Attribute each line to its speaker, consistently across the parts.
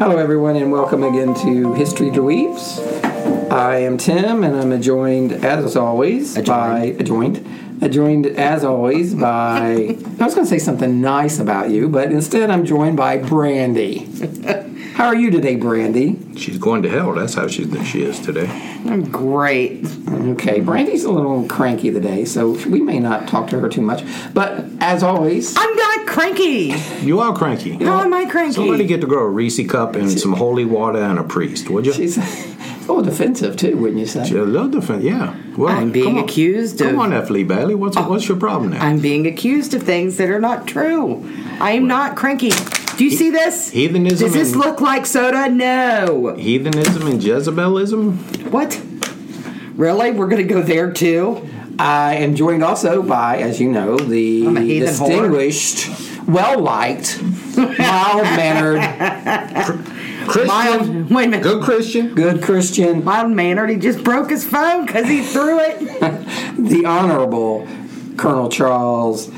Speaker 1: Hello, everyone, and welcome again to History Dweebs. I am Tim, and I'm joined, as always, by adjoined, adjoined as always by. I was going to say something nice about you, but instead, I'm joined by Brandy. How are you today, Brandy?
Speaker 2: She's going to hell. That's how she she is today.
Speaker 3: I'm great.
Speaker 1: Okay, Brandy's a little cranky today, so we may not talk to her too much. But as always,
Speaker 3: I'm not cranky.
Speaker 2: You are cranky.
Speaker 3: How am I cranky?
Speaker 2: Somebody get the girl a Reese cup and some holy water and a priest, would you?
Speaker 1: she's a little defensive too, wouldn't you say?
Speaker 2: She's a little different, yeah. Well,
Speaker 3: I'm being
Speaker 2: come on.
Speaker 3: accused
Speaker 2: Come
Speaker 3: of- Oh.
Speaker 2: on, F. Lee Bailey. What's what's your problem now?
Speaker 3: I'm being accused of things that are not true. I am not cranky. Do you see this?
Speaker 2: heathenism
Speaker 3: Does this
Speaker 2: and-
Speaker 3: look like soda? No.
Speaker 2: Heathenism and Jezebelism.
Speaker 3: What? Really? We're gonna go there too?
Speaker 1: I am joined also by, as you know, the
Speaker 3: a heathen whore.
Speaker 1: distinguished, well liked, mild mannered,
Speaker 2: Christian,
Speaker 3: Mild. Wait a minute.
Speaker 2: good Christian.
Speaker 1: good Christian,
Speaker 3: Mild mannered. He just broke his phone because he threw it.
Speaker 1: the Honorable Colonel Charles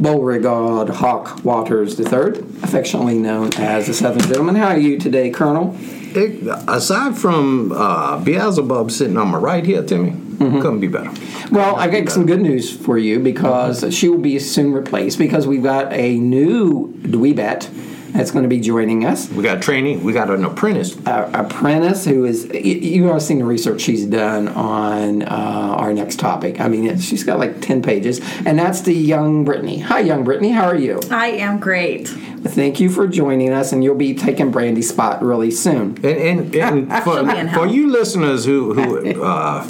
Speaker 1: Beauregard Hawk Waters III, affectionately known as the Southern Gentleman. How are you today, Colonel?
Speaker 2: It- aside from uh, Beelzebub sitting on my right here, Timmy,
Speaker 3: Mm-hmm.
Speaker 2: couldn't be better.
Speaker 1: Well, I've got some good news for you because she will be soon replaced because we've got a new Dweebet that's going to be joining us.
Speaker 2: We got a trainee. We got an apprentice.
Speaker 1: apprentice who is y- you all seen the research she's done on uh, our next topic i mean it's, she's got like 10 pages and that's the young brittany hi young brittany how are you
Speaker 4: I am great.
Speaker 1: thank you for joining us and you'll be taking brandy's spot really soon
Speaker 2: And, and, and
Speaker 4: She'll be
Speaker 2: for,
Speaker 4: in
Speaker 2: for
Speaker 4: hell.
Speaker 2: you listeners who who uh,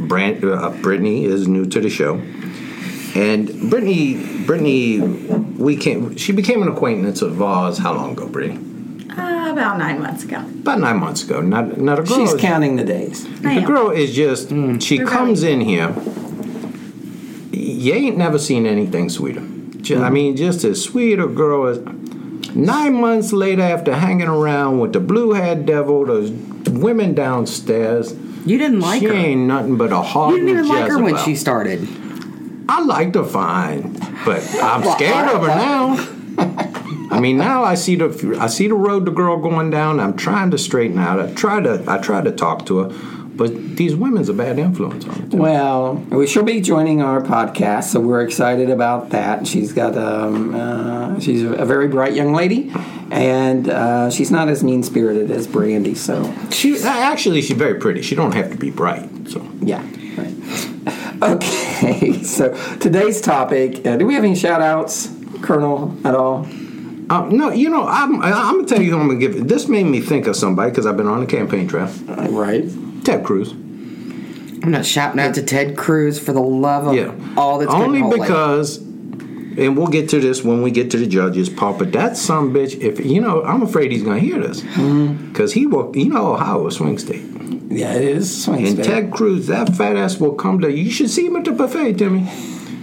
Speaker 2: Brand, uh, Brittany is new to the show, and Brittany Brittany we came she became an acquaintance of ours how long ago Brittany
Speaker 4: Uh, about nine months ago.
Speaker 2: about nine months ago not not a girl
Speaker 1: she's
Speaker 2: is-
Speaker 1: counting the days
Speaker 4: I
Speaker 2: the
Speaker 4: am.
Speaker 2: girl is just mm, she comes in here you ain't never seen anything sweeter Ju-
Speaker 3: Mm.
Speaker 2: I mean just as sweet a girl as nine months later after hanging around with the blue haired devil those women downstairs
Speaker 3: You didn't like
Speaker 2: she
Speaker 3: her.
Speaker 2: ain't nothing but a hard
Speaker 3: you didn't even like her when she started.
Speaker 2: I liked her fine but I'm scared of her now I mean, now I see the I see the road the girl going down. I'm trying to straighten out. I try to I try to talk to her, but these women's a bad influence on her. too.
Speaker 1: well we she'll be joining our podcast so we're excited about that she's got um, uh, she's a very bright young lady and uh, she's not as mean spirited as brandy so
Speaker 2: She actually she's very pretty. She don't have to be bright. So
Speaker 1: Yeah. Right. Okay. So today's topic. Uh, do we have any shout outs, Colonel, at all?
Speaker 2: um, no, you know I'm I'm gonna tell you who I'm gonna give it. This made me think of somebody because I've been on a campaign trail.
Speaker 1: Right.
Speaker 2: Ted Cruz.
Speaker 3: I'm not shouting out to Ted Cruz for the love of
Speaker 2: Yeah.
Speaker 3: all that's good
Speaker 2: only
Speaker 3: and holy.
Speaker 2: because. And we'll get to this when we get to the judges, Paul. But that some bitch, if you know, I'm afraid he's gonna hear this
Speaker 1: Mm-hmm.
Speaker 2: because he will. You know, Ohio is swing state,
Speaker 1: Yeah, it is swing
Speaker 2: and
Speaker 1: state.
Speaker 2: Ted Cruz, that fat ass will come to. You should see him at the buffet, Timmy.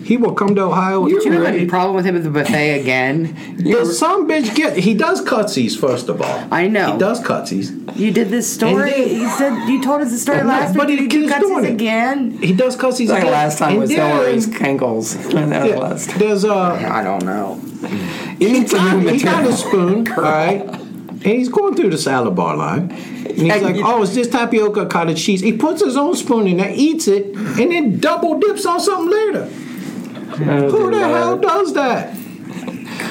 Speaker 2: He will come to Ohio.
Speaker 3: Do you have a problem with him at the buffet again?
Speaker 2: Does some bitch get? He does cutsies first of all.
Speaker 3: I know.
Speaker 2: he does cutsies.
Speaker 3: You did this story.
Speaker 2: And then-
Speaker 3: you said you told us the story last
Speaker 2: but
Speaker 3: week.
Speaker 2: he
Speaker 3: Did you do
Speaker 2: keeps
Speaker 3: cutsies
Speaker 2: doing it.
Speaker 3: again?
Speaker 2: He does cuss he's
Speaker 1: Like
Speaker 2: a-
Speaker 1: last time
Speaker 2: and
Speaker 1: was
Speaker 2: then-
Speaker 1: Hillary's cankles. that was last
Speaker 2: Yeah,
Speaker 1: time.
Speaker 2: There's a
Speaker 3: I don't know.
Speaker 1: You need some new
Speaker 2: he got a
Speaker 1: material.
Speaker 2: spoon, all right? And he's going through the salad bar line. And he's like, oh, it's this tapioca cottage cheese. He puts his own spoon in there, eats it, and then double dips on something later. Who the hell does that?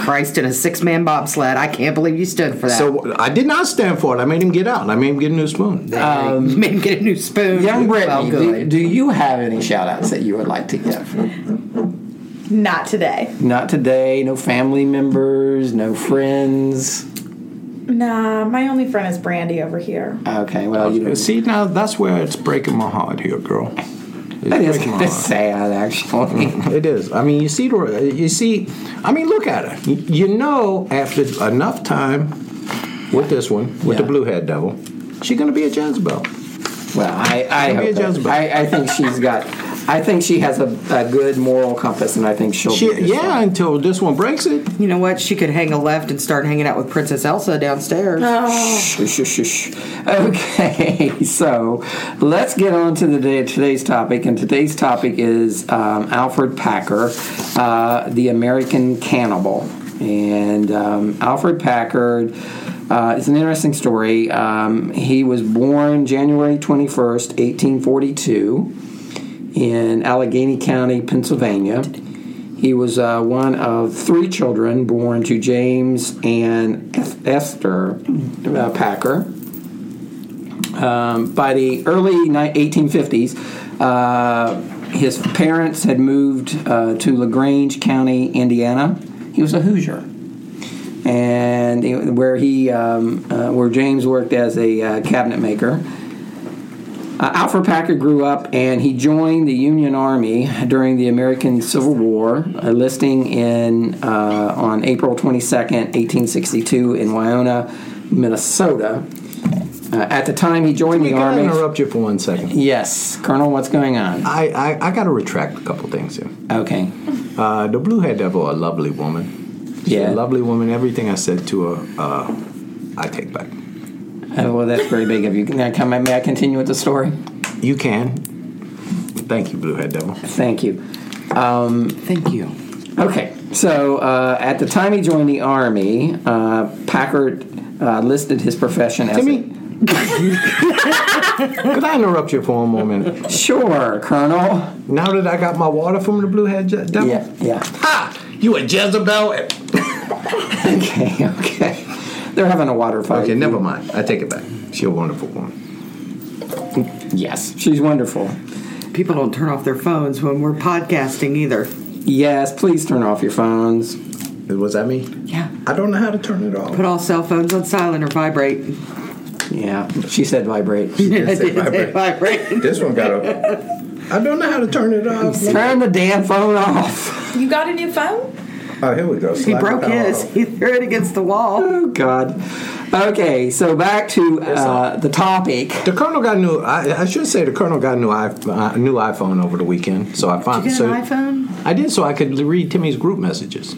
Speaker 3: Christ in a six man bobsled. I can't believe you stood for that.
Speaker 2: So I did not stand for it. I made him get out. I made him get a new spoon.
Speaker 3: You made him get a new spoon.
Speaker 1: Young
Speaker 3: Well,
Speaker 1: Brittany, do,
Speaker 3: good.
Speaker 1: do you have any shout outs that you would like to give?
Speaker 4: Not today.
Speaker 1: Not today, no family members, no friends.
Speaker 4: Nah, my only friend is Brandy over here.
Speaker 1: Okay, well, you know,
Speaker 2: Uh, See, now that's where it's breaking my heart here, girl. It's
Speaker 1: that is
Speaker 2: breaking my
Speaker 1: kind of
Speaker 2: heart.
Speaker 1: sad, actually.
Speaker 2: It is. I mean, you see, the- you see. I mean, look at her. You- You know, after enough time with this one, with
Speaker 1: Yeah.
Speaker 2: the blue head devil, she's gonna be a Jezebel.
Speaker 1: Well, I, I,
Speaker 2: She'll be
Speaker 1: hope
Speaker 2: a
Speaker 1: that-
Speaker 2: Jezebel.
Speaker 1: I, I think she's got. I think she has a, a good moral compass, and I think she'll.
Speaker 2: She,
Speaker 1: do this
Speaker 2: yeah,
Speaker 1: one.
Speaker 2: until this one breaks it.
Speaker 3: You know what? She could hang a left and start hanging out with Princess Elsa downstairs.
Speaker 1: Shh, shh, shh, shh. Okay, so let's get on to the day, today's topic, and today's topic is um, Alfred Packer, uh, the American cannibal, and um, Alfred Packard. Uh, it's an interesting story. Um, he was born January 21st, 1842. in Allegheny County, Pennsylvania. He was uh, one of three children born to James and Eth- Esther uh, Packer. Um, by the early ni- 1850s, uh, his parents had moved uh, to LaGrange County, Indiana. He was a Hoosier and he- where he um, uh, where James worked as a uh, cabinet maker. Uh, Alfred Packer grew up and he joined the Union Army during the American Civil War, uh, listing in uh, on April 22nd, 1862, in Wyona, Minnesota. Uh, at the time he joined the
Speaker 2: Can I
Speaker 1: army.
Speaker 2: interrupt you for one second?
Speaker 1: Yes, Colonel, what's going on?
Speaker 2: I, I, I got to retract a couple things here.
Speaker 1: Okay.
Speaker 2: Uh, the blue head devil, a lovely woman. She's
Speaker 1: Yeah.
Speaker 2: a lovely woman. Everything I said to her, uh, I take back.
Speaker 1: Uh, well, that's very big of you. Now, can I, may I continue with the story?
Speaker 2: You can. Thank you, blue head devil.
Speaker 1: Thank you.
Speaker 3: Thank you.
Speaker 1: Okay, so uh, at the time he joined the army, uh, Packard uh, listed his profession as
Speaker 2: Timmy. Could I interrupt you for one moment?
Speaker 1: A, sure, Colonel.
Speaker 2: Now that I got my water from the blue head Je- devil,
Speaker 1: Yeah, yeah.
Speaker 2: ha! You a Jezebel?
Speaker 1: Okay, okay. They're having a water fight.
Speaker 2: Okay, never mind. I take it back. She's a wonderful woman.
Speaker 1: Yes, she's wonderful.
Speaker 3: People don't turn off their phones when we're podcasting either.
Speaker 1: Yes, please turn off your phones.
Speaker 2: Was that me?
Speaker 3: Yeah.
Speaker 2: I don't know how to turn it off.
Speaker 3: Put all cell phones on silent or vibrate.
Speaker 1: Yeah, she said vibrate.
Speaker 2: Yes, it
Speaker 3: Say
Speaker 2: vibrates.
Speaker 3: vibrate.
Speaker 2: This one got a. I don't know how to turn it off.
Speaker 1: turn the damn phone off.
Speaker 4: You got a new phone?
Speaker 2: Oh, here we go.
Speaker 3: He broke his. He threw it against the wall.
Speaker 1: Oh God. Okay, so back to uh, the topic.
Speaker 2: The colonel got a new. I, I should say the colonel got a new, i- uh, new iPhone over the weekend. So I found.
Speaker 3: You get
Speaker 2: so
Speaker 3: an iPhone?
Speaker 2: I did, so I could read Timmy's group messages.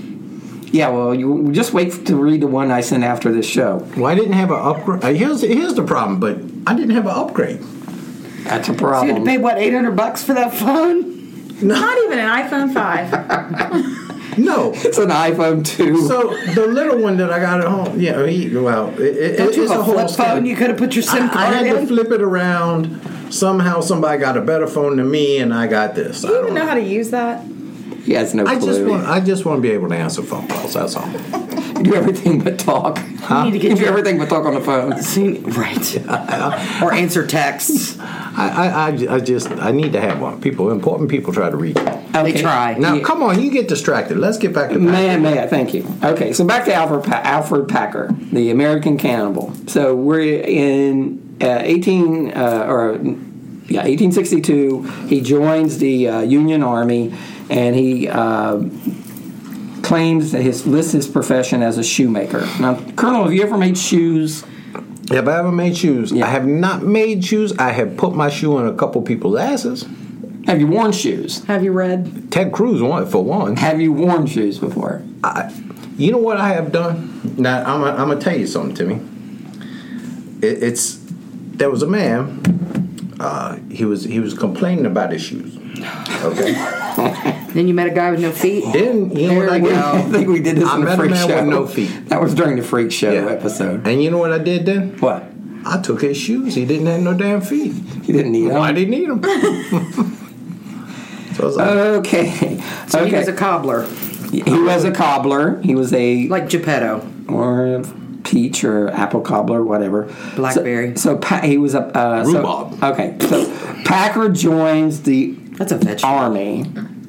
Speaker 1: Yeah, well, you just wait to read the one I sent after this show.
Speaker 2: Well, I didn't have an upgrade. Uh, here's here's the problem, but I didn't have an upgrade.
Speaker 1: That's a
Speaker 3: So you had
Speaker 1: problem.
Speaker 3: to pay what, eight hundred bucks for that phone?
Speaker 4: Not even an iPhone 5.
Speaker 2: No.
Speaker 1: It's an iPhone two.
Speaker 2: So the little one that I got at home, yeah, he, well, it, it,
Speaker 3: Don't you
Speaker 2: it's
Speaker 3: have
Speaker 2: a
Speaker 3: a
Speaker 2: whole
Speaker 3: flip
Speaker 2: scam.
Speaker 3: phone? You could have put your SIM
Speaker 2: I- I
Speaker 3: card
Speaker 2: had to
Speaker 3: in.
Speaker 2: flip it around. Somehow somebody got a better phone than me, and I got this. I
Speaker 4: Do you
Speaker 2: don't
Speaker 4: even know
Speaker 2: know.
Speaker 4: how to use that?
Speaker 1: He has no
Speaker 2: I
Speaker 1: clue.
Speaker 2: just want I just want to be able to answer phone calls. That's all.
Speaker 1: do everything but talk.
Speaker 3: need to
Speaker 1: You
Speaker 3: get
Speaker 1: do
Speaker 3: your-
Speaker 1: everything but talk on the phone.
Speaker 3: See- right. or answer texts.
Speaker 2: I, I, I, I just I need to have one. People important people try to read.
Speaker 3: They try.
Speaker 2: Now come on, you get distracted. Let's get back to that.
Speaker 1: May, may I? Thank you. Okay, so back to Alfred, pa- Alfred Packer, the American cannibal. So we're in uh, 18 uh, or yeah, 1862. He joins the uh, Union Army, and he uh, claims that his lists his profession as a shoemaker. Now, Colonel, have you ever made shoes?
Speaker 2: Have I ever made shoes? I have not made shoes. I have put my shoe in a couple people's asses.
Speaker 1: Have you worn shoes?
Speaker 3: Have you read?
Speaker 2: Ted Cruz won for one.
Speaker 1: Have you worn shoes before?
Speaker 2: I, you know what I have done? Now I'm gonna- I'm gonna tell you something, Timmy. It, it's there was a man. Uh, he was he was complaining about his shoes. Okay.
Speaker 3: Then you met a guy with no feet.
Speaker 2: Then you know
Speaker 3: There
Speaker 2: what I
Speaker 3: we
Speaker 1: I
Speaker 2: did?
Speaker 1: think we did this
Speaker 2: I
Speaker 1: on the
Speaker 2: met a
Speaker 1: freak
Speaker 2: man
Speaker 1: show.
Speaker 2: with no feet.
Speaker 1: That was during the freak show
Speaker 2: Yeah.
Speaker 1: episode.
Speaker 2: And you know what I did then?
Speaker 1: What?
Speaker 2: I took his shoes. He didn't have no damn feet.
Speaker 1: You didn't need
Speaker 2: Why
Speaker 1: them.
Speaker 2: did he need them? so I was like,
Speaker 1: Uh, Okay.
Speaker 3: So
Speaker 1: okay.
Speaker 3: he was a cobbler,
Speaker 1: He was a cobbler. He was a
Speaker 3: like Geppetto.
Speaker 1: or peach or apple cobbler, whatever.
Speaker 3: Blackberry.
Speaker 1: So, so pa- he was a uh, so-
Speaker 2: Rhubarb.
Speaker 1: okay, so Packer joins the
Speaker 3: That's a vegetable.
Speaker 1: army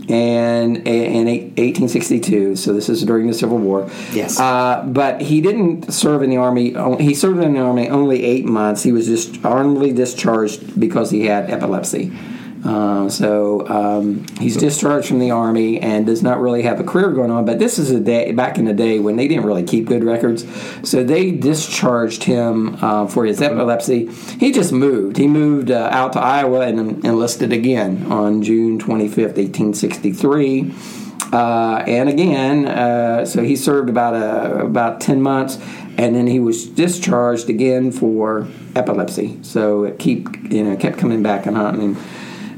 Speaker 1: and in 1862 so this is during the civil war
Speaker 3: Yes.
Speaker 1: uh, but he didn't serve in the army he served in the army only eight months he was just honorably discharged because he had epilepsy uh, so um, he's discharged from the army and does not really have a career going on but this is a day back in the day when they didn't really keep good records so they discharged him uh, for his epilepsy he just moved he moved uh, out to iowa and enlisted again on june 25th 1863 uh, and again, uh, so he served about a, about ten months, and then he was discharged again for epilepsy. So it keep you know kept coming back and hunting.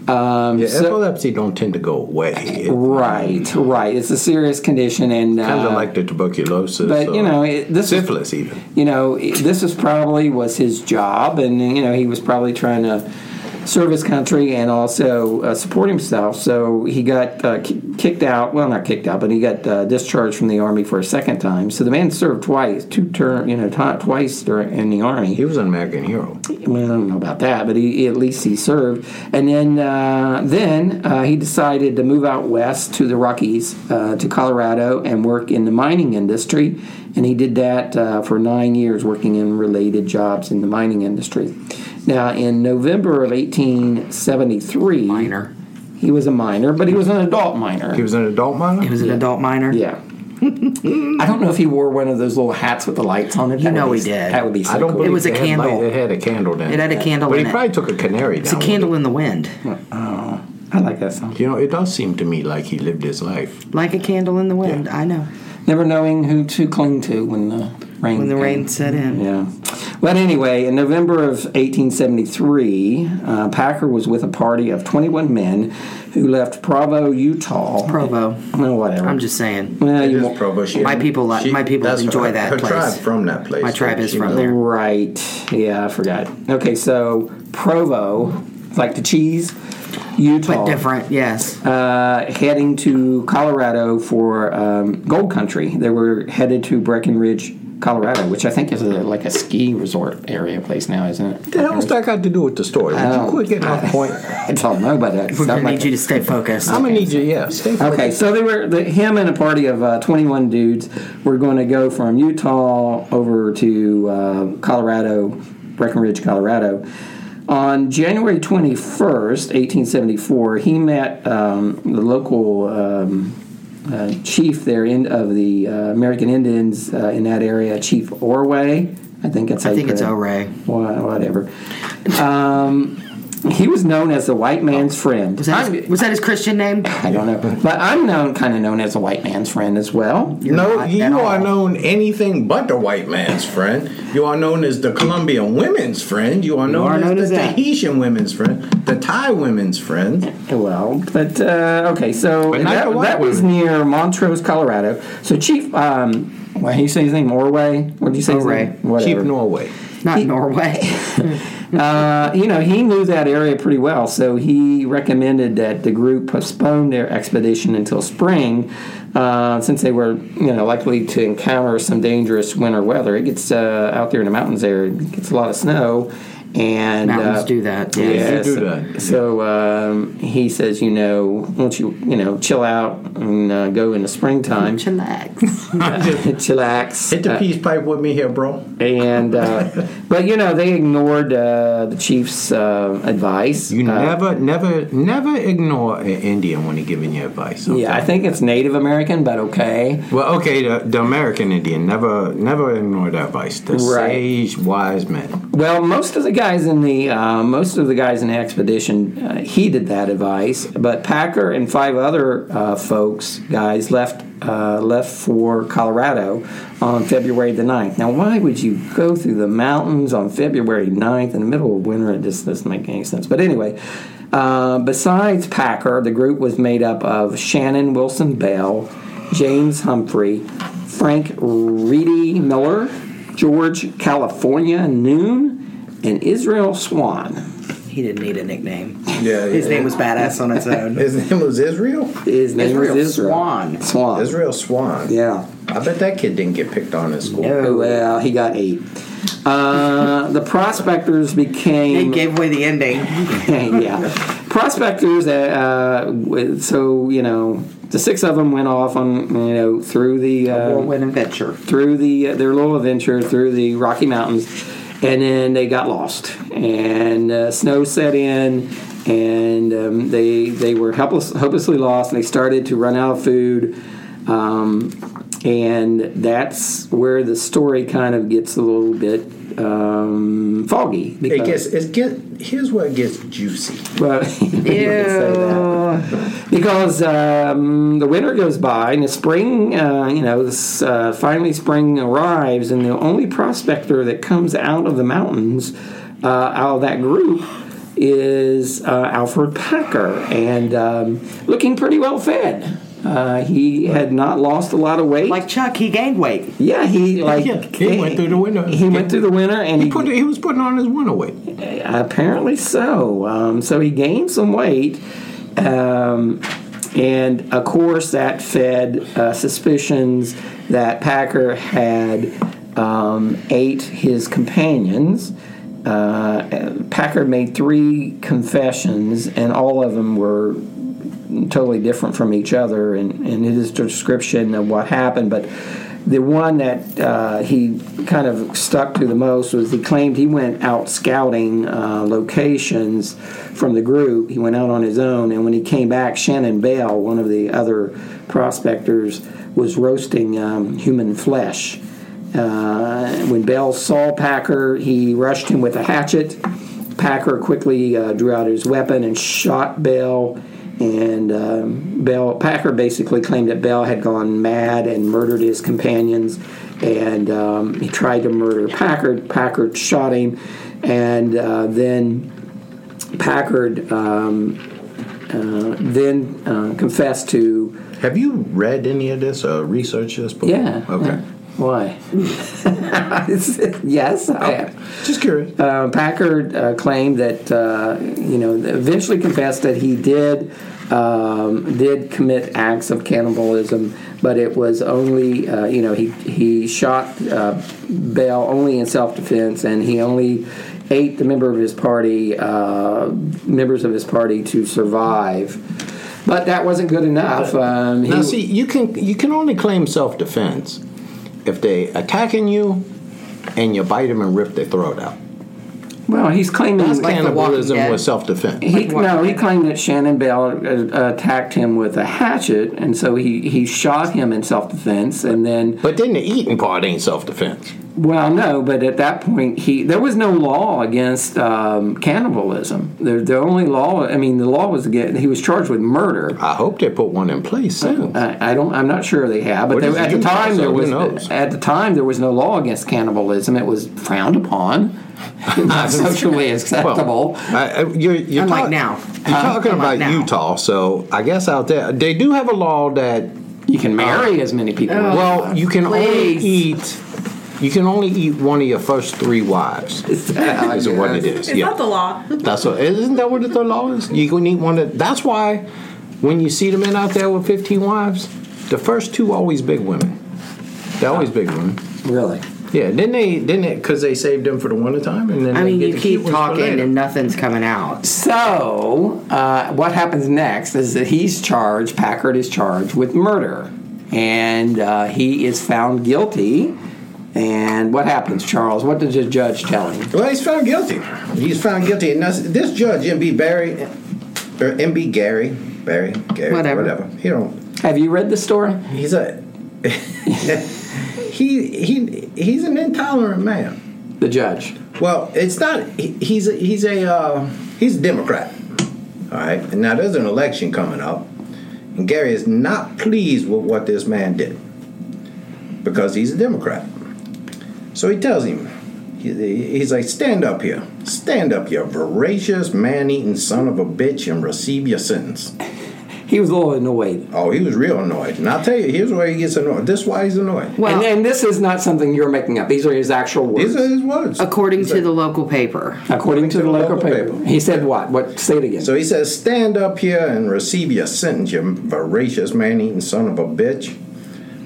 Speaker 1: Um,
Speaker 2: yeah,
Speaker 1: so-
Speaker 2: epilepsy don't tend to go away.
Speaker 1: right, right. It's a serious condition, and
Speaker 2: Kind of
Speaker 1: uh,
Speaker 2: like the tuberculosis.
Speaker 1: but
Speaker 2: or
Speaker 1: you know it, this is-
Speaker 2: syphilis, even.
Speaker 1: you know it- this was probably was his job and you know he was probably trying to serve his country and also uh, support himself so he got uh, ki- kicked out well not kicked out but he got uh, discharged from the army for a second time so the man served twice two term you know ti twice during, in the army
Speaker 2: He was an American hero.
Speaker 1: well, I don't know about that, but he, at least he served. And then, uh, then uh, he decided to move out west to the Rockies, uh, to Colorado, and work in the mining industry. And he did that uh, for nine years, working in related jobs in the mining industry. Now, in November of 1873,
Speaker 3: Minor.
Speaker 1: He was a minor, but he was an adult minor.
Speaker 2: He was an adult miner?
Speaker 3: He was an adult miner.
Speaker 1: yeah. I don't know if he wore one of those little hats with the lights on it. You
Speaker 3: know he did.
Speaker 1: That would be so
Speaker 2: I don't
Speaker 1: cool.
Speaker 2: believe
Speaker 3: was a
Speaker 2: they had light.
Speaker 3: candle.
Speaker 2: It had a candle down
Speaker 3: It had a candle
Speaker 2: But
Speaker 3: in
Speaker 2: he
Speaker 3: it.
Speaker 2: probably took a canary
Speaker 3: It's a
Speaker 2: down with
Speaker 3: candle
Speaker 2: it.
Speaker 3: in the wind,
Speaker 1: Oh, I like that song.
Speaker 2: You know, it does seem to me like he lived his life.
Speaker 3: like a candle in the wind. I know.
Speaker 1: never knowing who to cling to when the rain
Speaker 3: When the
Speaker 1: came.
Speaker 3: rain set in,
Speaker 1: Yeah. But anyway, in November of 1873, uh, Packer was with a party of 21 men who left Provo, Utah.
Speaker 3: Provo.
Speaker 1: No, whatever.
Speaker 3: I'm just saying.
Speaker 1: Well, you
Speaker 2: His
Speaker 1: won't-
Speaker 2: provocation-
Speaker 3: My people like- my people
Speaker 2: that's
Speaker 3: enjoy
Speaker 2: her-
Speaker 3: that
Speaker 2: her
Speaker 3: place.
Speaker 2: tribe from that place.
Speaker 3: My tribe is
Speaker 2: She
Speaker 3: from
Speaker 2: knows.
Speaker 3: there.
Speaker 1: Right. Yeah, I forgot. Okay, so Provo, like the cheese, Utah.
Speaker 3: But different, yes.
Speaker 1: uh, heading to Colorado for um, gold country. They were headed to Breckenridge, Colorado, which I think is a, like a ski resort area place now, isn't
Speaker 2: What the
Speaker 1: it?
Speaker 2: hell's that got to do with the story? Would you quit getting off point?
Speaker 1: I don't know about that.
Speaker 3: We're
Speaker 1: Sound
Speaker 3: gonna
Speaker 1: like
Speaker 3: need you to stay focused.
Speaker 2: I'm gonna need you. Yeah, stay
Speaker 1: Okay, so they were the, him and a party of uh, 21 dudes were going to go from Utah over to uh, Colorado, Breckenridge, Colorado. On January 21st, 1874, he met um, the local um, uh, chief there in, of the uh, American Indians uh, in that area, Chief Orway. I think it's
Speaker 3: I think it's O'Ray.
Speaker 1: whatever. Um, he was known as the white man's friend.
Speaker 3: Oh. Was that, his, was that his Christian name?
Speaker 1: I don't know, but I'm known kind of known as a white man's friend as well.
Speaker 2: No,
Speaker 3: not at
Speaker 2: you are
Speaker 3: all.
Speaker 2: known anything but the white man's friend. You are known as the Colombian women's friend. You are known,
Speaker 3: are
Speaker 2: as,
Speaker 3: known
Speaker 2: the
Speaker 3: as that.
Speaker 2: Tahitian women's friend, the Thai women's friend.
Speaker 1: Well, but uh, okay, so
Speaker 2: But not
Speaker 1: that,
Speaker 2: the white
Speaker 1: that was
Speaker 2: women.
Speaker 1: near Montrose, Colorado. So Chief, um, what you say his name? Norway? What did you say? his
Speaker 3: Orway.
Speaker 1: name? Whatever.
Speaker 2: Chief Norway.
Speaker 3: Not Norway.
Speaker 1: Uh, you know, he knew that area pretty well, so he recommended that the group postpone their expedition until spring, uh, since they were, you know, likely to encounter some dangerous winter weather. It gets uh, out there in the mountains there, it gets a lot of snow, and
Speaker 3: Mountains
Speaker 1: uh,
Speaker 3: do that, yes.
Speaker 1: yeah,
Speaker 2: They do
Speaker 1: so-
Speaker 2: that.
Speaker 1: So um, he says, you know, won't you, you know, chill out and uh, go in the springtime,
Speaker 3: Chillax.
Speaker 1: chillax,
Speaker 2: Hit the peace pipe with me here, bro.
Speaker 1: and uh, but you know they ignored uh, the chief's uh, advice.
Speaker 2: You
Speaker 1: Uh,
Speaker 2: never, never, never ignore an Indian when he's giving you advice. okay?
Speaker 1: Yeah, I think it's Native American, but okay.
Speaker 2: Well, okay, the, the American Indian never, never ignore that advice. The
Speaker 1: Right.
Speaker 2: sage, wise man.
Speaker 1: Well, most of the guys in the uh, most of the guys in the expedition uh, heeded that advice, but Packer and five other uh, folks guys left uh, left for Colorado on February the 9th. Now, why would you go through the mountains on February 9th in the middle of winter? It just doesn't make any sense. But anyway. Uh, besides Packer, the group was made up of Shannon Wilson Bell, James Humphrey, Frank Reedy Miller, George California Noon, and Israel Swan.
Speaker 3: He didn't need a nickname.
Speaker 2: Yeah,
Speaker 3: His
Speaker 2: yeah.
Speaker 3: name was badass on its own.
Speaker 2: His name was Israel.
Speaker 1: His name
Speaker 3: Israel
Speaker 1: is Israel
Speaker 3: Swan.
Speaker 1: Swan.
Speaker 2: Israel Swan.
Speaker 1: Yeah. Oh,
Speaker 2: I bet that kid didn't get picked on in school.
Speaker 3: Oh.
Speaker 1: Well, he got eight. Uh, the prospectors
Speaker 3: They
Speaker 1: became
Speaker 3: gave away the ending.
Speaker 1: yeah. Prospectors, uh, uh, with- so you know, the six of them went off on you know through the
Speaker 3: Or
Speaker 1: uh,
Speaker 3: win adventure.
Speaker 1: through the uh, their little adventure through the Rocky Mountains, and then they got lost, and uh, snow set in, and um, they they were helpless, hopelessly lost, and they started to run out of food. Um, and that's where the story kind of gets a little bit um, foggy.
Speaker 2: It
Speaker 1: because-
Speaker 2: gets it get here's what gets juicy.
Speaker 1: well, you can say that. Because um, the winter goes by and the spring, uh, you know, this, uh, finally spring arrives, and the only prospector that comes out of the mountains, uh, out of that group, is uh, Alfred Packer, and um, looking pretty well fed. Uh, he had not lost a lot of weight.
Speaker 3: Like Chuck, he gained weight.
Speaker 1: yeah, he like
Speaker 2: Yeah, he went through the window.
Speaker 1: He went through the winter, and
Speaker 2: He, put, he was putting on his winter weight.
Speaker 1: Apparently so. Um, so he gained some weight, um, and of course that fed uh, suspicions that Packer had um, ate his companions. Uh, Packer made three confessions, and all of them were totally different from each other in, in his description of what happened. But the one that uh, he kind of stuck to the most was he claimed he went out scouting uh, locations from the group. He went out on his own, and when he came back, Shannon Bell, one of the other prospectors, was roasting um, human flesh. Uh, when Bell saw Packer, he rushed him with a hatchet. Packer quickly uh, drew out his weapon and shot Bell. And um, Bell Packer basically claimed that Bell had gone mad and murdered his companions, and um, he tried to murder Packard. Packard shot him, and uh, then Packard um, uh, then uh, confessed to
Speaker 2: Have you read any of this or researched this before?
Speaker 1: yeah.
Speaker 2: Okay.
Speaker 1: yeah. Why? yes, I am.
Speaker 2: Just curious.
Speaker 1: uh, Packard uh, claimed that uh, you know eventually confessed that he did um, did commit acts of cannibalism, but it was only uh, you know he he shot uh, Bell only in self defense, and he only ate the member of his party uh, members of his party to survive. But that wasn't good enough. Um, he,
Speaker 2: now see, you can you can only claim self defense if they attacking you and you bite them and rip their throat out.
Speaker 1: well, he's claiming
Speaker 2: That's
Speaker 3: Like The Walking
Speaker 2: cannibalism
Speaker 3: Dead.
Speaker 2: with self defense.
Speaker 1: He, no, he claimed that Shannon Bell uh, attacked him with a hatchet, and so he, he shot him in self defense. And then,
Speaker 2: But then the eating part ain't self defense.
Speaker 1: well, no, but at that point, he there was no law against um, cannibalism. The, the only law, I mean, the law was against, he was charged with murder.
Speaker 2: I hope they put one in place soon.
Speaker 3: Uh,
Speaker 1: I, I don't. I'm not sure they have, but
Speaker 2: What
Speaker 1: there,
Speaker 2: is
Speaker 1: at the
Speaker 2: it?
Speaker 1: time there
Speaker 2: Who
Speaker 1: was
Speaker 2: knows?
Speaker 1: at the time there was no law against cannibalism. It was frowned upon, not socially acceptable.
Speaker 2: I- I- you're, you're
Speaker 3: Unlike now.
Speaker 2: You're
Speaker 3: Uh,
Speaker 2: talking
Speaker 3: unlike
Speaker 2: about
Speaker 3: now.
Speaker 2: Utah, so I guess out there they do have a law that
Speaker 1: you can
Speaker 2: uh,
Speaker 1: marry as many people. as
Speaker 2: well you can
Speaker 3: Oh, please.
Speaker 2: only eat you can only eat one of your first three wives. Is what it is?
Speaker 4: It's not the law.
Speaker 2: That's what isn't that what the law is? You can eat one of that's why when you see the men out there with fifteen wives, the first two always big women. They're always big women.
Speaker 1: really.
Speaker 2: Yeah, then they then they because they saved them for the winter time and then
Speaker 3: I
Speaker 2: they
Speaker 3: mean,
Speaker 2: get
Speaker 3: you
Speaker 2: the
Speaker 3: keep
Speaker 2: cute ones for
Speaker 3: talking
Speaker 2: later.
Speaker 3: and nothing's coming out.
Speaker 1: So, uh, what happens next is that he's charged, Packard is charged with murder. And uh, he is found guilty. And what happens, Charles? What does the judge tell him?
Speaker 2: Well, he's found guilty. He's found guilty, and that's, this judge, M.B. Barry, or M.B. Gary, Barry, Gary,
Speaker 3: Whatever.
Speaker 2: whatever. He don't.
Speaker 1: Have you read the story?
Speaker 2: He's a. he he he's an intolerant man.
Speaker 1: The judge.
Speaker 2: Well, it's not. he- He's a, he's a uh, he's a Democrat. All right. And now there's an election coming up, and Gary is not pleased with what this man did because he's a Democrat. So he tells him, He- He's like, stand up here. Stand up, you voracious, man eating son of a bitch, and receive your sentence.
Speaker 1: He was a little annoyed.
Speaker 2: Oh, he was real annoyed. And I'll tell you, here's where he gets annoyed. This is why he's annoyed.
Speaker 3: Well,
Speaker 1: and, and this is not something you're making up. These are his actual words.
Speaker 2: These are his words.
Speaker 3: according to the local paper.
Speaker 1: According to the local paper.
Speaker 2: paper.
Speaker 1: He said what? What? Say it again.
Speaker 2: So he says, Stand up here and receive your sentence, you voracious man eating son of a bitch.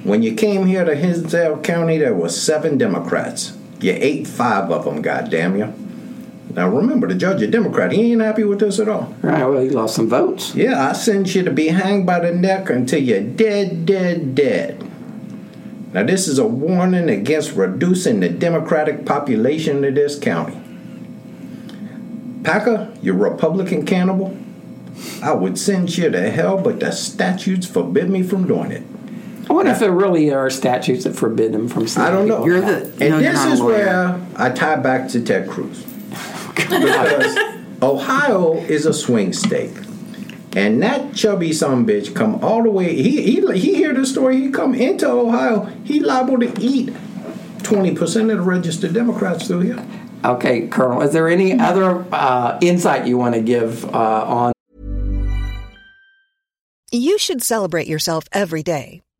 Speaker 2: When you came here to Hinsdale County, there were seven Democrats. You ate five of them, goddamn you. Now remember, the judge a Democrat. He ain't happy with this at all.
Speaker 1: All right, well, he lost some votes.
Speaker 2: Yeah, I sentence you to be hanged by the neck until you're dead, dead, dead. Now this is a warning against reducing the Democratic population of this county. Packer, you Republican cannibal, I would send you to hell, but the statutes forbid me from doing it.
Speaker 1: I wonder if there really are statutes that forbid him from saying
Speaker 2: I don't know.
Speaker 3: You're the-
Speaker 2: and
Speaker 3: no, you're
Speaker 2: this
Speaker 3: not a
Speaker 2: is
Speaker 3: lawyer.
Speaker 2: where I tie back to Ted Cruz. because Ohio is a swing state. And that chubby son bitch come all the way. He he he hear the story. He come into Ohio. He liable to eat twenty percent of the registered Democrats through here.
Speaker 1: Okay, Colonel, is there any other uh, insight you want to give uh, on
Speaker 5: You should celebrate yourself every day,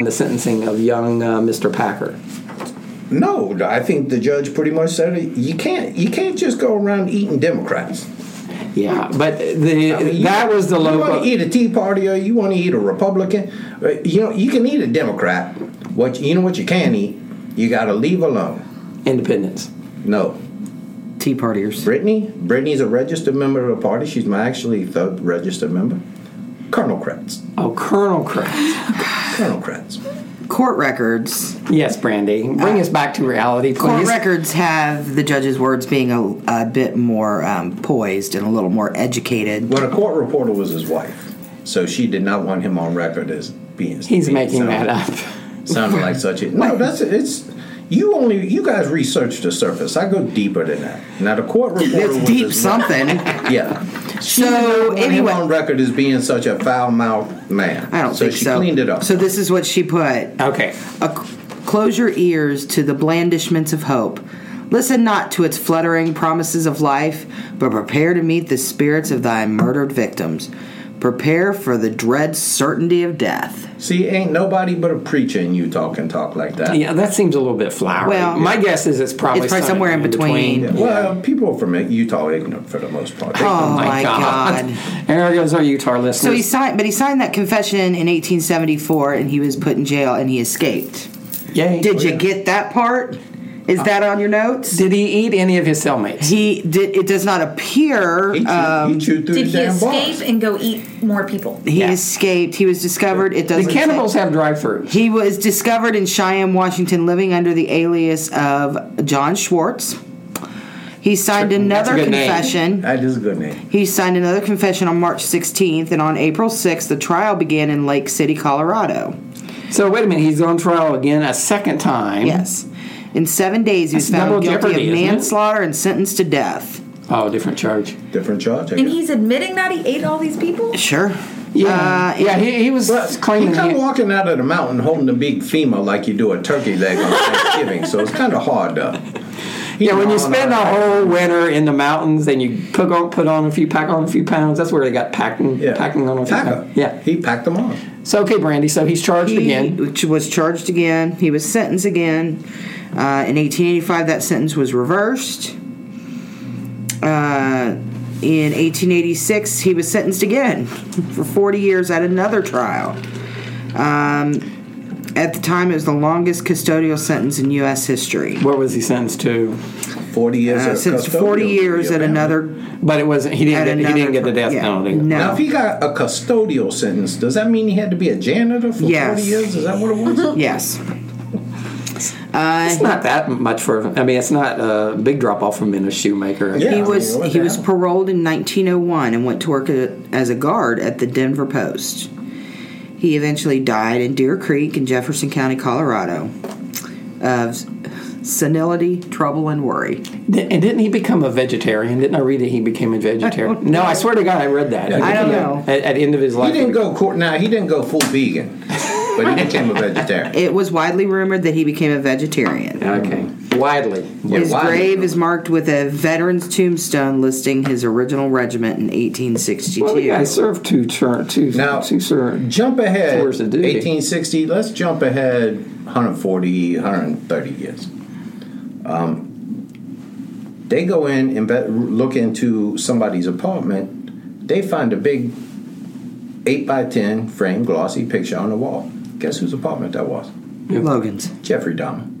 Speaker 1: the sentencing of young uh, Mr. Packer?
Speaker 2: No, I think the judge pretty much said it. You can't you can't just go around eating Democrats.
Speaker 1: Yeah, but the
Speaker 2: I mean, you-
Speaker 1: that was the
Speaker 2: You want
Speaker 1: local.
Speaker 2: to eat a Tea Party or you want to eat a Republican? uh, You know you can eat a Democrat. What you know what you can eat? You got to leave alone.
Speaker 1: Independence.
Speaker 2: No,
Speaker 3: Tea partiers.
Speaker 2: Brittany. Brittany's a registered member of the party. She's my actually third registered member. Colonel Kratz.
Speaker 1: Oh, Colonel Kratz.
Speaker 2: Colonel Kratz.
Speaker 3: Court records.
Speaker 1: Yes, Brandy. Bring us back to reality, please.
Speaker 3: Court records have the judge's words being a, a bit more um, poised and a little more educated.
Speaker 2: Well, a court reporter was his wife, so she did not want him on record as being.
Speaker 1: He's making
Speaker 2: sounded-
Speaker 1: that up.
Speaker 2: Sounded like such a no. That's it's. You only you guys research the surface. I go deeper than that. Now the court reporter
Speaker 3: It's
Speaker 2: was
Speaker 3: deep
Speaker 2: his wife.
Speaker 3: something.
Speaker 2: Yeah.
Speaker 3: So
Speaker 2: Him
Speaker 3: anyway,
Speaker 2: on record as being such a foul mouthed man.
Speaker 3: I don't
Speaker 2: so
Speaker 3: think
Speaker 2: she
Speaker 3: so.
Speaker 2: cleaned it up.
Speaker 3: So this is what she put.
Speaker 1: Okay.
Speaker 3: a- close your ears to the blandishments of hope. Listen not to its fluttering promises of life, but prepare to meet the spirits of thy murdered victims. Prepare for the dread certainty of death.
Speaker 2: See, ain't nobody but a preacher in Utah can talk like that.
Speaker 1: Yeah, that seems a little bit flowery.
Speaker 3: Well,
Speaker 1: my guess is it's probably,
Speaker 3: it's probably somewhere in between.
Speaker 2: Yeah, Well, people from Utah are ignorant for the most part. They-
Speaker 3: Oh, my God.
Speaker 1: There goes our Utah listeners.
Speaker 3: So he signed, but he signed that confession in 1874, and he was put in jail and he escaped.
Speaker 1: Yay.
Speaker 3: Did you get that part? Is that on your notes?
Speaker 1: Did he eat any of his cellmates?
Speaker 3: He did. It does not appear. uh,
Speaker 2: He, chewed,
Speaker 3: um,
Speaker 2: he chewed through
Speaker 4: Did
Speaker 2: the
Speaker 4: he
Speaker 2: damn
Speaker 4: escape
Speaker 2: bars.
Speaker 4: and go eat more people?
Speaker 3: He escaped. He was discovered. It doesn't.
Speaker 1: the cannibals
Speaker 3: say.
Speaker 1: have drive-throughs.
Speaker 3: He was discovered in Cheyenne, Washington, living under the alias of John Schwartz. He signed
Speaker 1: That's a
Speaker 3: another
Speaker 1: good name.
Speaker 3: confession.
Speaker 2: That is a good name.
Speaker 3: He signed another confession on March 16th, and on April 6th, the trial began in Lake City, Colorado.
Speaker 1: Mm-hmm. So wait a minute, he's on trial again a second time.
Speaker 3: Yes. In seven days, he was
Speaker 1: That's double
Speaker 3: found guilty
Speaker 1: jeopardy,
Speaker 3: of
Speaker 1: isn't it?
Speaker 3: manslaughter and sentenced to death.
Speaker 1: Oh, different charge.
Speaker 2: Different charge. I
Speaker 4: And
Speaker 2: guess.
Speaker 4: he's admitting that he ate all these people?
Speaker 3: Sure.
Speaker 1: Yeah,
Speaker 3: Uh,
Speaker 1: yeah. He, he was
Speaker 2: But
Speaker 1: claiming.
Speaker 2: he come
Speaker 1: he-
Speaker 2: walking out of the mountain holding a big femur like you do a turkey leg on Thanksgiving, so it's kind of hard to
Speaker 1: yeah, when you spend a whole winter in the mountains and you put on put on a few pack on a few pounds, that's where they got packing packing on a few pounds. Yeah,
Speaker 2: he packed them on.
Speaker 1: So okay, Brandy. So he's charged
Speaker 3: He
Speaker 1: again.
Speaker 3: ch- was charged again. He was sentenced again. Uh, in 1885, that sentence was reversed. Uh, in 1886, he was sentenced again for 40 years at another trial. Um, at the time, it was the longest custodial sentence in U.S. history.
Speaker 1: What was he sentenced to?
Speaker 2: Forty years.
Speaker 3: Uh,
Speaker 2: of
Speaker 3: since
Speaker 2: custodial
Speaker 3: 40 years
Speaker 2: period,
Speaker 3: at
Speaker 2: man.
Speaker 3: another.
Speaker 1: But it wasn't. He
Speaker 3: At
Speaker 1: didn't. Get, he didn't
Speaker 3: another
Speaker 1: get the
Speaker 3: pr-
Speaker 1: death
Speaker 3: yeah.
Speaker 1: penalty.
Speaker 3: No.
Speaker 2: Now, if he got a custodial sentence, does that mean he had to be a janitor for
Speaker 3: Yes.
Speaker 2: forty years? Is that what it was?
Speaker 3: Yes. Uh,
Speaker 1: It's not that much for. I mean, it's not a big drop off from being a shoemaker.
Speaker 2: Yeah,
Speaker 3: he
Speaker 2: I
Speaker 3: was
Speaker 2: mean, what
Speaker 3: he
Speaker 2: the
Speaker 3: was
Speaker 2: hell?
Speaker 3: paroled in 1901 and went to work a- as a guard at the Denver Post. He eventually died in Deer Creek in Jefferson County, Colorado, of senility, trouble, and worry.
Speaker 1: Di- And didn't he become a vegetarian? Didn't I read that he became a vegetarian? No, I swear to God, I read that.
Speaker 2: I
Speaker 3: don't
Speaker 1: He-
Speaker 3: know.
Speaker 1: At, at the end of his
Speaker 2: He
Speaker 1: life,
Speaker 2: didn't go court. Now he didn't go full vegan, but he became a vegetarian.
Speaker 3: It was widely rumored that he became a vegetarian.
Speaker 1: Okay, widely.
Speaker 3: His
Speaker 2: widely
Speaker 3: grave
Speaker 2: rumored.
Speaker 3: is marked with a veteran's tombstone listing his original regiment in 1862.
Speaker 1: Well, the guy served two term, two
Speaker 2: Now,
Speaker 1: two ser-
Speaker 2: jump ahead.
Speaker 1: Tours of duty.
Speaker 2: 1860. Let's jump ahead 140, 130 years. Um, they go in and bet- look into somebody's apartment. They find a big eight by ten frame glossy picture on the wall. Guess whose apartment that was?
Speaker 3: Logan's.
Speaker 2: Jeffrey Dahmer.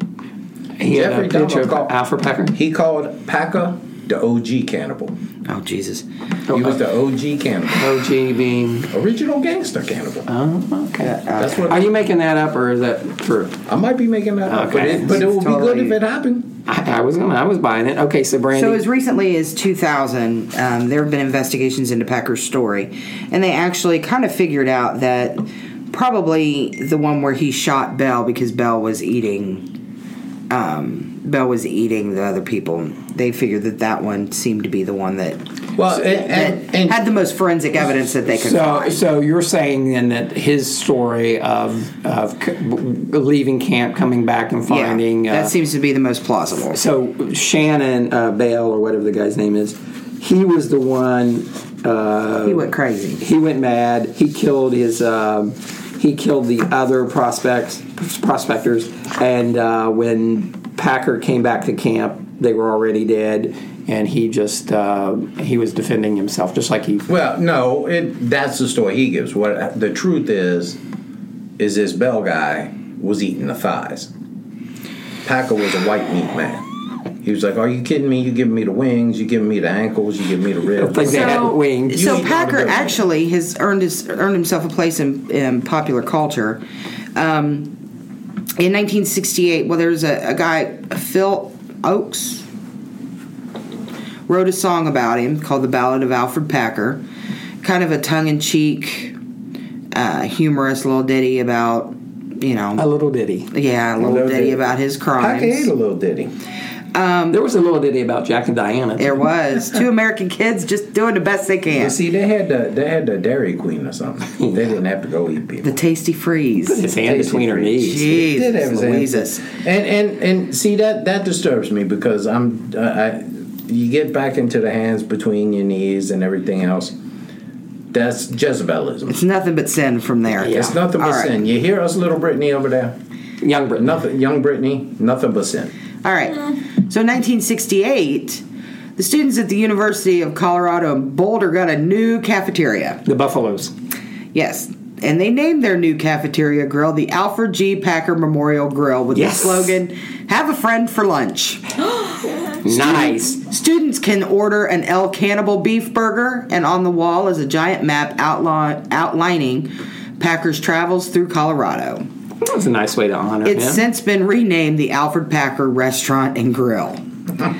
Speaker 1: He had
Speaker 2: Jeffrey
Speaker 1: a picture
Speaker 2: Dahmer
Speaker 1: of
Speaker 2: called-
Speaker 1: Alfred Packer.
Speaker 2: He called Packer the OG cannibal.
Speaker 3: Oh Jesus!
Speaker 2: He was the OG cannibal,
Speaker 1: OG being.
Speaker 2: original gangster cannibal.
Speaker 1: Oh, okay.
Speaker 2: That's what
Speaker 1: Are you making that up or is that true?
Speaker 2: I might be making that up, but
Speaker 1: Okay.
Speaker 2: it, but it would be good
Speaker 3: Totally.
Speaker 2: if it happened.
Speaker 1: I, I was gonna. I was buying it. Okay, so Brandy.
Speaker 3: So as recently as 2000, um, there have been investigations into Packer's story, and they actually kind of figured out that probably the one where he shot Bell because Bell was eating, um, Bell was eating the other people. They figured that that one seemed to be the one that,
Speaker 2: Well, and, and, and
Speaker 3: had the most forensic evidence that they could
Speaker 1: So,
Speaker 3: find.
Speaker 1: so you're saying then that his story of of c- leaving camp, coming back, and finding
Speaker 2: uh,
Speaker 1: uh,
Speaker 3: yeah, that seems to be the most plausible.
Speaker 1: so Shannon uh, Bale or whatever the guy's name is, he was the one. Uh,
Speaker 3: He went crazy.
Speaker 1: he went mad. He killed his. Um, he killed the other prospects, prospectors, and uh, when Packer came back to camp, they were already dead, and he just uh, he was defending himself, just like he.
Speaker 2: well, no, it, that's the story he gives. What the truth is, is this Bell guy was eating the thighs. Packer was a white meat man. He was like, "Are you kidding me? You giving me the wings? You giving me the ankles? You giving me the ribs?"
Speaker 1: Like they had wings.
Speaker 3: So
Speaker 2: eat
Speaker 3: Packer
Speaker 2: all the-
Speaker 3: actually has earned his earned himself a place in, in popular culture. Um, in 1968, well, there's a, a guy Phil Oakes wrote a song about him called "The Ballad of Alfred Packer," kind of a tongue-in-cheek, uh, humorous little ditty about you
Speaker 1: a
Speaker 3: know,
Speaker 1: little ditty.
Speaker 3: yeah, a little
Speaker 2: little
Speaker 3: ditty
Speaker 2: ditty.
Speaker 3: about his
Speaker 2: Packer ate
Speaker 3: crimes.
Speaker 2: a little ditty.
Speaker 1: There was a little ditty about Jack and Diana.
Speaker 3: There was two American kids just doing the best they can.
Speaker 2: You see, they had the they had the Dairy Queen or something. They didn't have to go eat people.
Speaker 3: The tasty freeze.
Speaker 1: his hand between her knees.
Speaker 3: Jeez,
Speaker 2: did have his hand.
Speaker 3: Louises.
Speaker 2: And and and see that that disturbs me because I'm uh, I you get back into the hands between your knees and everything else. That's Jezebelism.
Speaker 3: It's nothing but sin from there.
Speaker 2: It's nothing but
Speaker 3: All right.
Speaker 2: sin. You hear us, little Brittany over there?
Speaker 1: Young Britain.
Speaker 2: Nothing, young Brittany. Nothing but sin.
Speaker 3: All right. So in 1968, the students at the University of Colorado in Boulder got a new cafeteria.
Speaker 1: The Buffaloes.
Speaker 3: Yes. And they named their new cafeteria grill the Alfred G. Packer Memorial Grill with
Speaker 1: Yes.
Speaker 3: the slogan, Have a friend for lunch.
Speaker 1: Nice.
Speaker 3: Students can order an El Cannibal beef burger, and on the wall is a giant map outline, outlining Packer's travels through Colorado.
Speaker 1: That was a nice way to honor
Speaker 3: It's
Speaker 1: him.
Speaker 3: since been renamed the Alfred Packer Restaurant and Grill.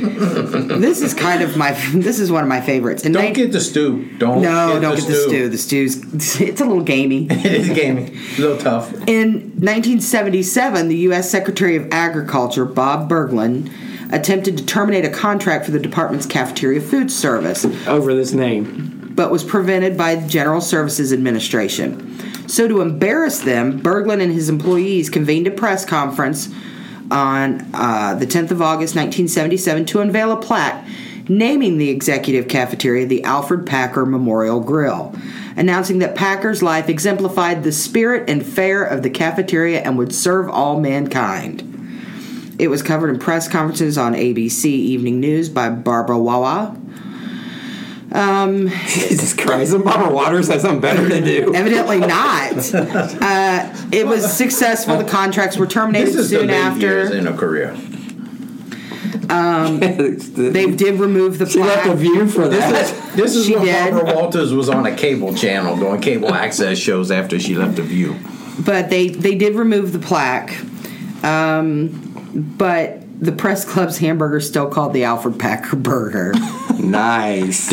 Speaker 3: this is kind of my. This is one of my favorites. And
Speaker 2: Don't
Speaker 3: they-
Speaker 2: get the stew. Don't.
Speaker 3: no,
Speaker 2: get
Speaker 3: don't
Speaker 2: the
Speaker 3: get the stew. The stew's it's a little gamey.
Speaker 2: It is gamey. A little tough.
Speaker 3: In 1977, the U.S. Secretary of Agriculture Bob Berglund attempted to terminate a contract for the department's cafeteria food service,
Speaker 1: Over this name.
Speaker 3: but was prevented by the General Services Administration. So, to embarrass them, Berglund and his employees convened a press conference on uh, the 10th of August, 1977, to unveil a plaque naming the executive cafeteria the Alfred Packer Memorial Grill, announcing that Packer's life exemplified the spirit and fare of the cafeteria and would serve all mankind. It was covered in press conferences on ABC Evening News by Barbara Wawa. Um,
Speaker 1: Jesus Christ, and Barbara Waters has something better to do.
Speaker 3: Evidently not. Uh, it was successful. The contracts were terminated
Speaker 2: This is the
Speaker 3: soon
Speaker 2: big years
Speaker 3: after.
Speaker 2: in a career.
Speaker 3: Um, they did remove the
Speaker 1: She
Speaker 3: plaque.
Speaker 1: left a view for
Speaker 2: This
Speaker 1: that.
Speaker 2: is, this is
Speaker 3: She
Speaker 2: when
Speaker 3: did.
Speaker 2: Barbara Walters was on a cable channel doing cable access shows after she left The View.
Speaker 3: but they they did remove the plaque. Um, but the press club's hamburger is still called the Alfred Packer burger.
Speaker 1: nice.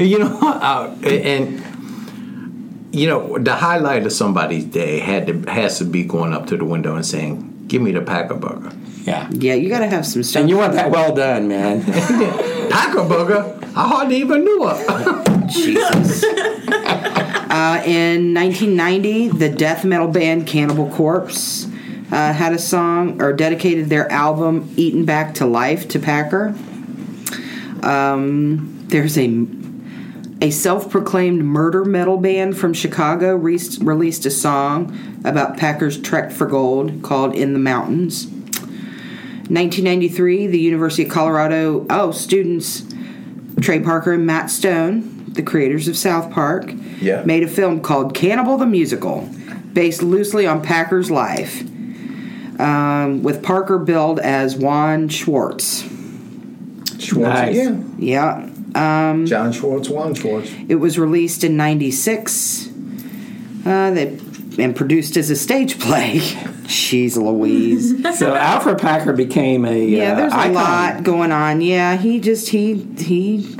Speaker 2: you know, uh, and you know, the highlight of somebody's day had to has to be going up to the window and saying, "Give me the Packer Burger."
Speaker 1: Yeah.
Speaker 3: yeah, you gotta have some stuff.
Speaker 1: And you want that well done, man.
Speaker 2: Packer Burger. I hardly even knew her.
Speaker 3: Jesus. uh, in 1990, the death metal band Cannibal Corpse uh, had a song or dedicated their album "Eaten Back to Life" to Packer. Um, there's a a self-proclaimed murder metal band from Chicago re- released a song about Packer's trek for gold called "In the Mountains." 1993, the University of Colorado. Oh, students Trey Parker and Matt Stone, the creators of South Park,
Speaker 2: Yeah.
Speaker 3: made a film called Cannibal the Musical, based loosely on Packer's life, um, with Parker billed as Juan Schwartz.
Speaker 2: Schwartz
Speaker 1: Nice.
Speaker 2: again.
Speaker 3: Yeah.
Speaker 2: John Schwartz, Juan Schwartz.
Speaker 3: It was released in 96 uh, they, and produced as a stage play. Jeez Louise.
Speaker 1: so Alfred Packer became a
Speaker 3: yeah,
Speaker 1: uh,
Speaker 3: there's a
Speaker 1: icon.
Speaker 3: lot going on. Yeah, he just, he, he.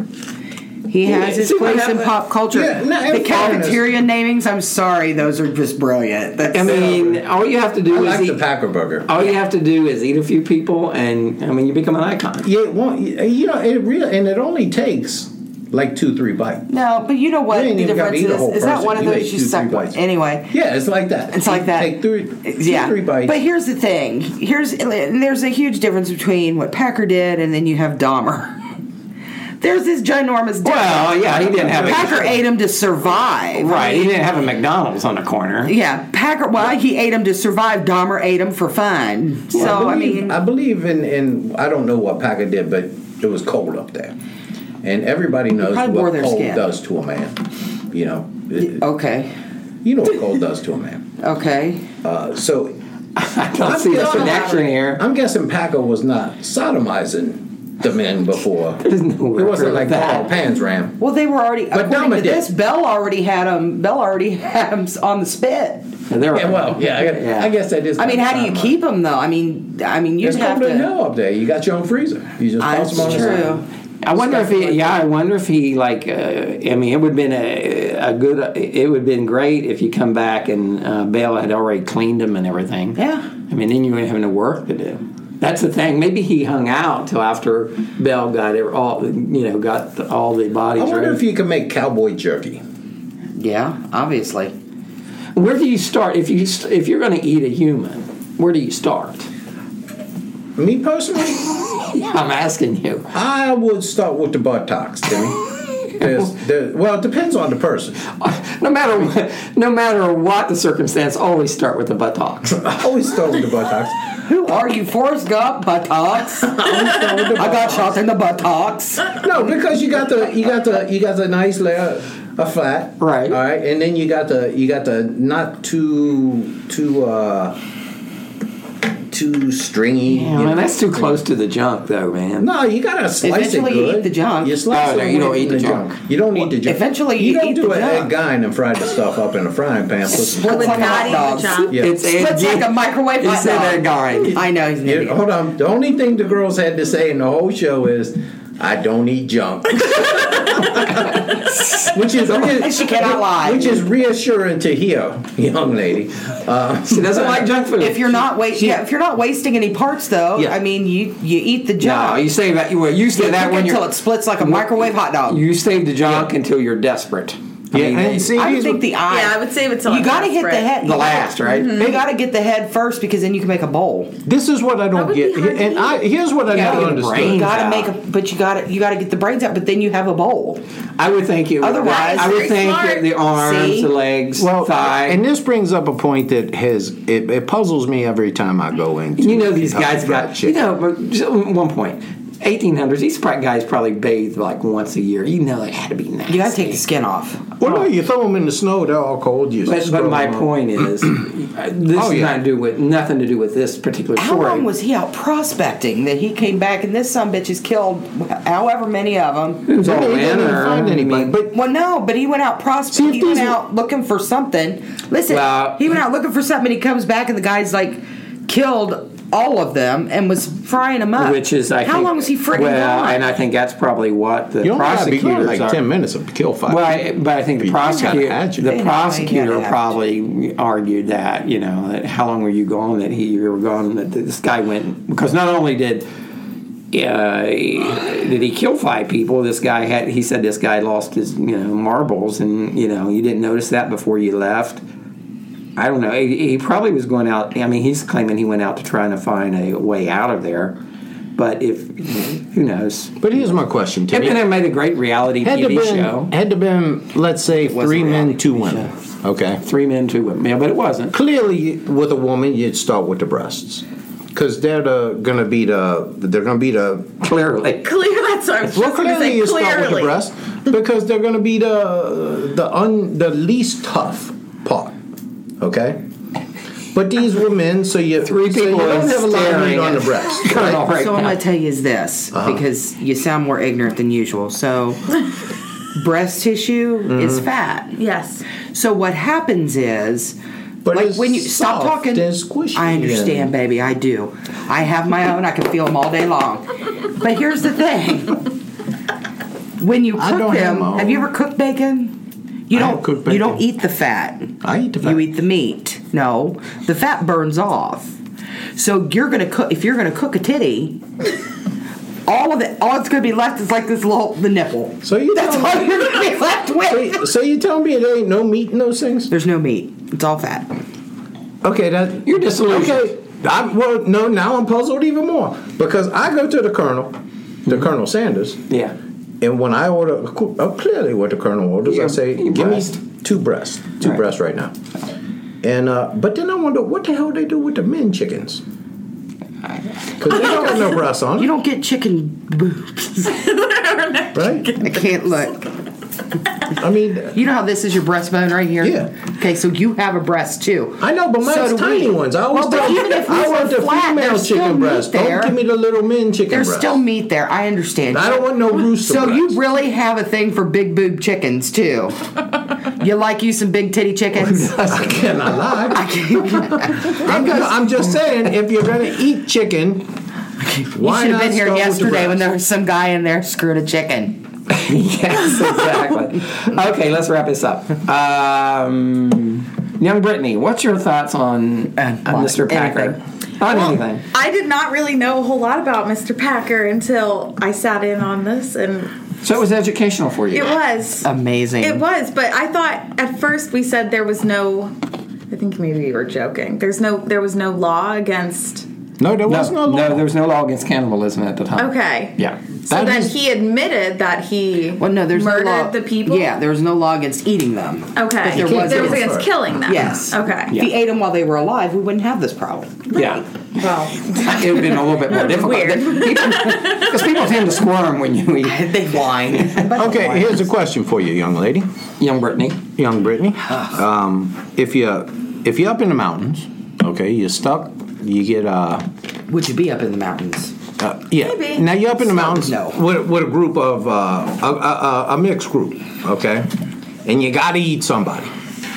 Speaker 3: He has his
Speaker 2: see what
Speaker 3: place in
Speaker 2: happened-
Speaker 3: pop culture.
Speaker 2: Yeah, no, in
Speaker 3: the
Speaker 2: fairness-
Speaker 3: cafeteria namings, I'm sorry, those are just brilliant. That's
Speaker 1: I mean, all you have to do
Speaker 2: I
Speaker 1: is
Speaker 2: like the
Speaker 1: eat-
Speaker 2: Packer Burger.
Speaker 1: all you have to do is eat a few people, and I mean, you become an icon.
Speaker 2: Yeah, well, you know, it really and it only takes like two, three bites.
Speaker 3: No, but you know what
Speaker 2: You ain't
Speaker 3: the
Speaker 2: even gotta eat
Speaker 3: difference
Speaker 2: a
Speaker 3: is?
Speaker 2: whole
Speaker 3: Is that
Speaker 2: person.
Speaker 3: one of
Speaker 2: You
Speaker 3: those
Speaker 2: ate
Speaker 3: you
Speaker 2: two,
Speaker 3: suck
Speaker 2: three bites.
Speaker 3: Anyway.
Speaker 2: Yeah, it's like that.
Speaker 3: It's like that.
Speaker 2: Take three,
Speaker 3: Yeah.
Speaker 2: two, three bites.
Speaker 3: But here's the thing. Here's and there's a huge difference between what Packer did and then you have Dahmer. There's this ginormous difference.
Speaker 1: Well, yeah, he didn't have a-
Speaker 3: Packer ate him to survive.
Speaker 1: Right, he didn't have a McDonald's on the corner.
Speaker 3: Yeah, Packer. Well, he ate him to survive. Dahmer ate him for fun. So I
Speaker 2: believe-
Speaker 3: mean,
Speaker 2: I believe in, in I don't know what Packer did, but it was cold up there, and everybody knows
Speaker 3: probably wore
Speaker 2: what
Speaker 3: their
Speaker 2: cold
Speaker 3: skin.
Speaker 2: does to a man. You know, it-
Speaker 3: okay,
Speaker 2: you know what cold does to a man.
Speaker 3: okay.
Speaker 2: Uh, so
Speaker 1: I don't see a connection here.
Speaker 2: I'm guessing Packer was not sodomizing the men before.
Speaker 1: There's no
Speaker 2: it wasn't
Speaker 1: record
Speaker 2: like
Speaker 1: of that.
Speaker 2: Carl Panzram.
Speaker 3: Well, they were already.
Speaker 2: But
Speaker 3: according
Speaker 2: Dahmer
Speaker 3: to
Speaker 2: did.
Speaker 3: this, Bell already had him. Bell already had him on the spit.
Speaker 1: There
Speaker 2: Yeah, well, yeah, I,
Speaker 1: Yeah.
Speaker 2: I guess that is.
Speaker 3: I mean, how do you
Speaker 2: sodomized.
Speaker 3: keep them though? I mean, I mean, you
Speaker 2: It's
Speaker 3: have
Speaker 2: cold as
Speaker 3: to.
Speaker 2: hell up there. You got your own freezer. You just toss
Speaker 3: That's
Speaker 2: them on the side.
Speaker 3: true.
Speaker 1: I wonder if he, yeah, I wonder if he like. Uh, I mean, it would have been a, a good. It would have been great if you come back and uh, Bale had already cleaned him and everything.
Speaker 3: Yeah.
Speaker 1: I mean, then you wouldn't have no work to do. That's the thing. Maybe he hung out till after Bell got it all. You know, got the, all the
Speaker 2: I
Speaker 1: bodies.
Speaker 2: wonder
Speaker 1: ready.
Speaker 2: if you can make cowboy jerky.
Speaker 3: Yeah, obviously.
Speaker 1: where do you start if you st- if you're going to eat a human? Where do you start?
Speaker 2: Me personally,
Speaker 1: I'm asking you.
Speaker 2: I would start with the buttocks, Timmy. There's, there, well, it depends on the person.
Speaker 1: No matter what, no matter what the circumstance, always start with the buttocks.
Speaker 2: I always start with the buttocks.
Speaker 3: Who are you, Forrest Gump? Buttocks. I got shot in the buttocks.
Speaker 2: No, because you got the you got the you got the nice layer of fat,
Speaker 1: Right.
Speaker 2: All right, and then you got the you got the not too too uh too stringy.
Speaker 1: Yeah,
Speaker 2: you
Speaker 1: man,
Speaker 2: know.
Speaker 1: that's too close to the junk, though, man.
Speaker 2: No, you gotta slice
Speaker 3: Eventually
Speaker 2: it
Speaker 3: you
Speaker 2: good.
Speaker 3: eat the junk.
Speaker 2: You slice
Speaker 1: Oh, no,
Speaker 2: it
Speaker 1: you don't
Speaker 2: with
Speaker 1: eat the junk.
Speaker 2: You don't eat the junk.
Speaker 3: eventually
Speaker 2: you,
Speaker 3: you
Speaker 2: don't
Speaker 3: eat
Speaker 2: do
Speaker 3: the
Speaker 2: an
Speaker 3: junk.
Speaker 2: egg guy and then fry the stuff up in a frying pan. Put,
Speaker 3: Splits like
Speaker 4: not
Speaker 3: hot
Speaker 4: eating the
Speaker 3: dogs.
Speaker 4: junk.
Speaker 2: yeah.
Speaker 1: It's
Speaker 3: Splits like a microwave
Speaker 1: He
Speaker 3: hot
Speaker 1: said that
Speaker 3: dog.
Speaker 1: guy.
Speaker 3: I know he's an
Speaker 2: Yeah,
Speaker 3: idiot.
Speaker 2: hold on. The only thing the girls had to say in the whole show is, "I don't eat junk," which is
Speaker 3: She cannot lie.
Speaker 2: which is reassuring to hear, young lady. Uh,
Speaker 1: She doesn't like junk food.
Speaker 3: If you're not wait, yeah, if you're not wasting any parts though,
Speaker 2: Yeah.
Speaker 3: I mean, you you eat the
Speaker 1: no,
Speaker 3: junk.
Speaker 1: you save that. Well, you
Speaker 3: You
Speaker 1: say that
Speaker 3: cook
Speaker 1: when
Speaker 3: it
Speaker 1: you're
Speaker 3: till it splits like a microwave hot dog.
Speaker 1: You save the junk until you're desperate.
Speaker 2: Yeah, and see,
Speaker 3: I would think the eye.
Speaker 6: Yeah, I would say it's on
Speaker 3: You got to
Speaker 6: last,
Speaker 3: hit the
Speaker 6: right?
Speaker 3: head
Speaker 2: The last, right? Mhm.
Speaker 6: Mm-hmm.
Speaker 3: They got to get the head first because then you can make a bowl.
Speaker 2: This is what I don't get, and I, here's what I never understood.
Speaker 3: You got to make a, but you got to you got to get the brains out. But then you have a bowl.
Speaker 1: I would think you.
Speaker 3: Otherwise,
Speaker 1: I would think that the arms,
Speaker 3: See?
Speaker 1: the legs,
Speaker 2: well,
Speaker 1: thigh.
Speaker 2: and this brings up a point that has it, it puzzles me every time I go into.
Speaker 1: you know these
Speaker 3: Oh,
Speaker 1: guys
Speaker 2: that
Speaker 1: got you know but just one point 1800s these probably guys probably bathed like once a year you know it had to be nasty you gotta take the
Speaker 3: skin off
Speaker 2: Well, no, you throw them in the snow; they're all cold. You
Speaker 1: oh. but, but my point is uh, this
Speaker 2: Oh,
Speaker 1: is
Speaker 2: yeah.
Speaker 1: not to do with nothing to do with this particular
Speaker 3: How
Speaker 1: story
Speaker 3: long was he out prospecting that he came back and this son bitch has killed however many of them?
Speaker 1: It was all Well, he didn't manner. find anybody,
Speaker 2: But
Speaker 3: well, no, but he went out prospecting. He went out looking for something. Listen,
Speaker 1: Well-
Speaker 3: he went out looking for something. and He comes back and the guy's like killed all of them and was frying them up.
Speaker 1: which is I
Speaker 3: how
Speaker 1: think,
Speaker 3: long was he freaking
Speaker 1: well
Speaker 3: gone?
Speaker 1: and I think that's probably what the
Speaker 2: You only gotta be gone
Speaker 1: prosecutors
Speaker 2: like
Speaker 1: are.
Speaker 2: 10 minutes to kill five
Speaker 1: well I, but I think the
Speaker 2: You gotta
Speaker 1: prosecutor
Speaker 2: agitate.
Speaker 1: the
Speaker 2: Yeah, you
Speaker 1: prosecutor
Speaker 2: gotta
Speaker 1: probably argued that you know that how long were you gone that he you were gone that this guy went because not only did uh, did he kill five people? This guy had. He said this guy lost his, you know, marbles, and you know, you didn't notice that before you left. I don't know. He, he probably was going out. I mean, he's claiming he went out to trying to find a way out of there. But if who knows?
Speaker 2: But here's my question,
Speaker 1: Timmy. And then I made a great reality
Speaker 2: Had to
Speaker 1: TV
Speaker 2: been-
Speaker 1: show.
Speaker 2: Had to been, let's say, three men, two women. Okay,
Speaker 1: three men, two women. Yeah, but it wasn't
Speaker 2: clearly with a woman. You'd start with the breasts because they're the, gonna be the they're gonna be the
Speaker 1: clearly
Speaker 6: Clear. That's what I was
Speaker 2: Well,
Speaker 6: just going to
Speaker 2: clearly
Speaker 6: say.
Speaker 2: you start with the
Speaker 6: Clearly.
Speaker 2: breast because they're going to be the the un, the least tough part. Okay. But these were men, so you
Speaker 1: Three
Speaker 2: so you
Speaker 1: people
Speaker 2: don't
Speaker 1: are
Speaker 2: have a lot of meat
Speaker 1: staring
Speaker 2: on the
Speaker 1: at-
Speaker 2: breast.
Speaker 1: Colonel
Speaker 2: right?
Speaker 1: right
Speaker 3: so I'm
Speaker 1: now.
Speaker 3: going to tell you is this
Speaker 2: Uh-huh.
Speaker 3: because you sound more ignorant than usual. So breast tissue is
Speaker 2: Mhm.
Speaker 3: fat.
Speaker 6: Yes.
Speaker 3: So what happens is
Speaker 2: But
Speaker 3: like
Speaker 2: it's
Speaker 3: when you stop
Speaker 2: soft
Speaker 3: talking
Speaker 2: and squishy
Speaker 3: I understand
Speaker 2: and-
Speaker 3: baby I do I have my own I can feel them all day long but here's the thing when you cook
Speaker 2: I don't have
Speaker 3: them
Speaker 2: my
Speaker 3: have, you ever cooked bacon you
Speaker 2: I
Speaker 3: don't
Speaker 2: cook
Speaker 3: you
Speaker 2: bacon.
Speaker 3: don't eat the fat
Speaker 2: I eat the fat.
Speaker 3: you eat the meat no the fat burns off so you're gonna cook if you're gonna cook a titty all of it all it's gonna be left is like this little the nipple
Speaker 2: So you
Speaker 3: that's
Speaker 2: tell
Speaker 3: all
Speaker 2: me-
Speaker 3: you're gonna be left with
Speaker 2: So, so you tell me there ain't no meat in those things?
Speaker 3: There's no meat. It's all fat.
Speaker 2: Okay, that
Speaker 1: you're disillusioned.
Speaker 2: Okay, I'm, well, no, now I'm puzzled even more because I go to the Colonel, the Colonel Sanders,
Speaker 1: Yeah.
Speaker 2: and when I order, oh, clearly what the Colonel orders, I
Speaker 1: Yeah,
Speaker 2: say,
Speaker 1: your
Speaker 2: "Give
Speaker 1: breast."
Speaker 2: me two breasts, two
Speaker 1: Right.
Speaker 2: breasts right now." And uh, but then I wonder what the hell they do with the men chickens because they don't got no breasts on,
Speaker 3: You
Speaker 2: it,
Speaker 3: don't get chicken boobs.
Speaker 2: right?
Speaker 3: I can't look.
Speaker 2: I mean,
Speaker 3: You know how this is your breastbone right here?
Speaker 2: Yeah.
Speaker 3: Okay, so you have a breast too.
Speaker 2: I know, but mine's
Speaker 3: So do
Speaker 2: tiny
Speaker 3: we.
Speaker 2: ones. I always
Speaker 3: well, but
Speaker 2: tell
Speaker 3: even if
Speaker 2: I
Speaker 3: these
Speaker 2: want
Speaker 3: are
Speaker 2: the
Speaker 3: flat,
Speaker 2: female
Speaker 3: there's still
Speaker 2: chicken
Speaker 3: meat
Speaker 2: breast.
Speaker 3: there.
Speaker 2: Don't give me the little men chicken
Speaker 3: There's
Speaker 2: breast.
Speaker 3: still meat there. I understand.
Speaker 2: I don't want no rooster
Speaker 3: So
Speaker 2: breasts.
Speaker 3: you really have a thing for big boob chickens too. you like you some big titty chickens?
Speaker 2: I cannot lie.
Speaker 3: I can't.
Speaker 2: I'm, no, I'm just saying, if you're gonna eat chicken,
Speaker 3: You
Speaker 2: why
Speaker 3: should have
Speaker 2: not start with
Speaker 3: been here
Speaker 2: the
Speaker 3: yesterday when
Speaker 2: breast?
Speaker 3: there was some guy in there screwed a chicken.
Speaker 1: yes, exactly. okay, let's wrap this up. Um, Young Brittany, what's your thoughts on, on Mr. Packer? On anything.
Speaker 6: I did not really know a whole lot about Mr. Packer until I sat in on this, and
Speaker 1: So it was educational for you.
Speaker 6: it was
Speaker 3: Amazing.
Speaker 6: It was, but I thought at first we said there was no. I think maybe you were joking. There's no, there was no law against.
Speaker 2: No, there
Speaker 1: was no, law. No, there was no law against cannibalism at the time.
Speaker 6: Okay.
Speaker 1: Yeah.
Speaker 6: So then he admitted that he
Speaker 3: Well, no, there's
Speaker 6: murdered
Speaker 3: no law.
Speaker 6: the people.
Speaker 3: Yeah, there was no law against eating them.
Speaker 6: Okay.
Speaker 3: But there
Speaker 6: There
Speaker 3: was,
Speaker 6: was against killing them.
Speaker 3: Yes.
Speaker 6: Okay.
Speaker 3: If he ate them while they were alive, we wouldn't have this problem.
Speaker 1: Yeah.
Speaker 6: Well,
Speaker 1: it would have been a little bit more difficult. Because people, tend to squirm when you eat.
Speaker 3: they whine.
Speaker 2: Okay, here's a question for you, young lady,
Speaker 1: Young Brittany.
Speaker 2: young Brittany. Um, if you if you're up in the mountains, okay, you're stuck. You get uh,
Speaker 3: Would you be up in the mountains?
Speaker 2: uh yeah.
Speaker 6: Maybe.
Speaker 2: Now you're up in the mountains
Speaker 3: no.
Speaker 2: with, with a group of uh, a, a, a- a mixed group, okay, and you got to eat somebody.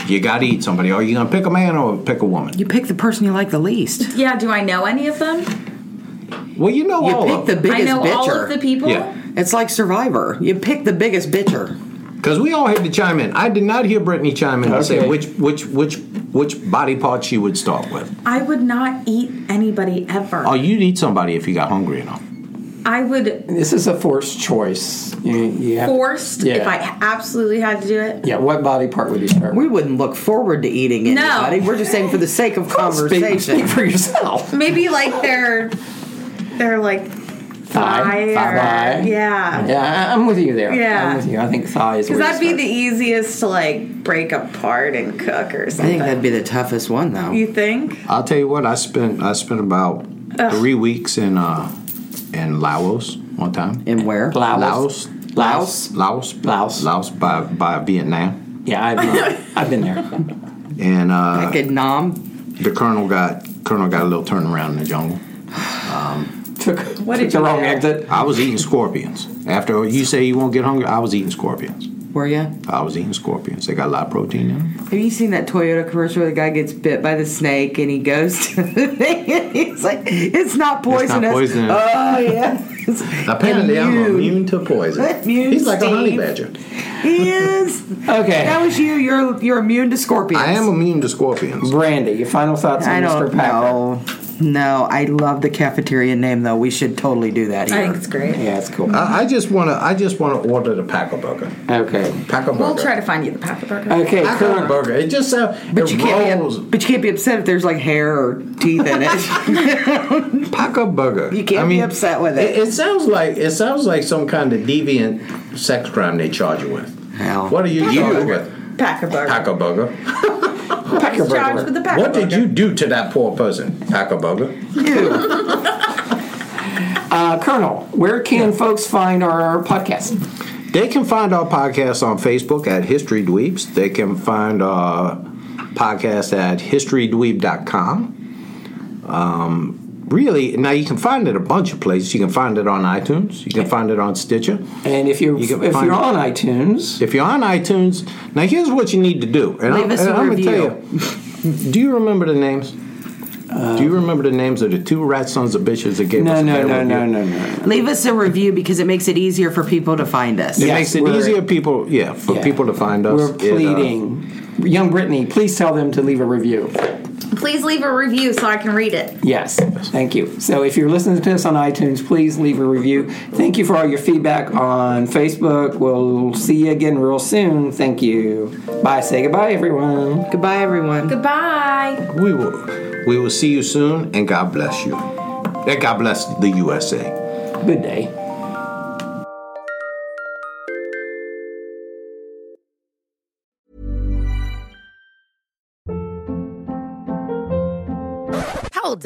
Speaker 2: You got to eat somebody. Are you gonna pick a man or pick a woman?
Speaker 3: You pick the person you like the least.
Speaker 6: yeah. Do I know any of them?
Speaker 2: Well, you know
Speaker 3: You
Speaker 2: all
Speaker 3: pick
Speaker 2: of
Speaker 3: the
Speaker 2: them.
Speaker 3: biggest
Speaker 6: I know
Speaker 3: bitcher.
Speaker 6: all of the people.
Speaker 2: Yeah.
Speaker 3: it's like Survivor. You pick the biggest bitcher.
Speaker 2: Because we all had to chime in. I did not hear Brittany chime in and say
Speaker 1: Okay.
Speaker 2: which which which which body part she would start with.
Speaker 6: I would not eat anybody ever.
Speaker 2: Oh, you'd eat somebody if you got hungry enough.
Speaker 6: I would
Speaker 1: This is a forced choice. You, you have
Speaker 6: forced
Speaker 1: yeah.
Speaker 6: if I absolutely had to do it.
Speaker 1: Yeah, what body part would you start?
Speaker 3: We wouldn't look forward to eating
Speaker 6: No.
Speaker 3: anybody. We're just saying for the sake of conversation.
Speaker 1: speak for yourself.
Speaker 6: Maybe like their their like
Speaker 1: Thigh,
Speaker 6: Thigh
Speaker 1: thigh,
Speaker 6: or-
Speaker 1: thigh.
Speaker 6: yeah.
Speaker 1: yeah. I- I'm with you there.
Speaker 6: Yeah.
Speaker 1: I'm with you. I think thigh is.
Speaker 6: because
Speaker 1: where you
Speaker 6: that'd be
Speaker 1: start.
Speaker 6: the easiest to like break apart and cook or
Speaker 3: I
Speaker 6: something.
Speaker 3: think that'd be the toughest one though.
Speaker 6: you think?
Speaker 2: I'll tell you what. I spent I spent about
Speaker 6: Ugh.
Speaker 2: three weeks in uh in Laos one time.
Speaker 3: In where?
Speaker 2: Laos.
Speaker 1: Laos.
Speaker 2: Laos. Laos. Laos by by Vietnam.
Speaker 1: Yeah, I've been, I've been there.
Speaker 2: And uh,
Speaker 3: Like a nom.
Speaker 2: the colonel got colonel got a little turnaround in the jungle.
Speaker 1: Took,
Speaker 6: What
Speaker 1: took
Speaker 6: did
Speaker 1: the
Speaker 6: you
Speaker 1: wrong
Speaker 6: do?
Speaker 1: exit.
Speaker 2: I was eating scorpions. After you say you won't get hungry, I was eating scorpions.
Speaker 3: Were you?
Speaker 2: I was eating scorpions. They got a lot of protein in them.
Speaker 3: Have you seen that Toyota commercial where the guy gets bit by the snake and he goes to the thing and he's like, it's not poisonous.
Speaker 2: poisonous.
Speaker 3: Oh, yeah. It's immune.
Speaker 2: to poison.
Speaker 3: Immune, Steve. He is.
Speaker 1: Okay.
Speaker 3: That was you. You're you're immune to scorpions.
Speaker 2: I am immune to scorpions.
Speaker 1: Brandy, your final thoughts
Speaker 3: I
Speaker 1: on
Speaker 3: don't
Speaker 1: Mr. Packer?
Speaker 3: know. No, I love the cafeteria name though. We should totally do that here.
Speaker 6: I think it's great.
Speaker 1: Yeah, it's
Speaker 6: Uh,
Speaker 1: cool.
Speaker 2: I, I just wanna I just wanna order the Packer burger.
Speaker 1: Okay.
Speaker 2: Packer burger.
Speaker 6: We'll try to find you the Papa Burger.
Speaker 1: Okay,
Speaker 2: Packer
Speaker 1: Colonel.
Speaker 2: burger. It just sounds.
Speaker 3: But
Speaker 2: it
Speaker 3: you can't
Speaker 2: rolls.
Speaker 3: be but you can't be upset if there's like hair or teeth in it.
Speaker 2: Packer burger.
Speaker 3: You can't be upset with it.
Speaker 2: It sounds like it sounds like some kind of deviant sex crime they charge you with.
Speaker 3: Hell.
Speaker 2: What are you charged
Speaker 6: burger.
Speaker 2: with?
Speaker 6: Packer Burger.
Speaker 2: Packer burger.
Speaker 1: Packer
Speaker 6: Charged with the
Speaker 1: burger.
Speaker 6: Packer
Speaker 2: What did
Speaker 6: Burger.
Speaker 2: you do to that poor person, Packer burger?
Speaker 3: you?
Speaker 1: Uh, Colonel, where can folks find our podcast?
Speaker 2: They can find our podcast on Facebook at History Dweebs. They can find our podcast at historydweeb.com. Um, really, now you can find it a bunch of places. You can find it on iTunes. You can find it on Stitcher.
Speaker 1: And if you're
Speaker 2: You can
Speaker 1: if
Speaker 2: find-
Speaker 1: you're on iTunes,
Speaker 2: If you're on iTunes, now here's what you need to do. And
Speaker 3: Leave us a
Speaker 2: gonna
Speaker 3: review.
Speaker 2: you. Do you remember the names? do you remember the names of the two rat sons of bitches that gave
Speaker 1: no,
Speaker 2: us a
Speaker 1: no,
Speaker 2: bad
Speaker 1: no,
Speaker 2: review?
Speaker 1: no, no, no.
Speaker 3: Leave us a review because it makes it easier for people to find us.
Speaker 2: It
Speaker 1: Yes,
Speaker 2: makes it
Speaker 1: we're-
Speaker 2: easier people, yeah, for
Speaker 1: Yeah.
Speaker 2: people to find us.
Speaker 1: We're
Speaker 2: It, uh,
Speaker 1: pleading. Young Brittany, please tell them to leave a review.
Speaker 6: Please leave a review so I can read it.
Speaker 1: Yes, thank you. So if you're listening to this on iTunes, please leave a review. Thank you for all your feedback on Facebook. We'll see you again real soon. Thank you. Bye. Say goodbye, everyone.
Speaker 3: Goodbye everyone.
Speaker 6: Goodbye.
Speaker 2: We will. We will see you soon, and God bless you. And God bless the USA.
Speaker 1: Good day.
Speaker 7: Hold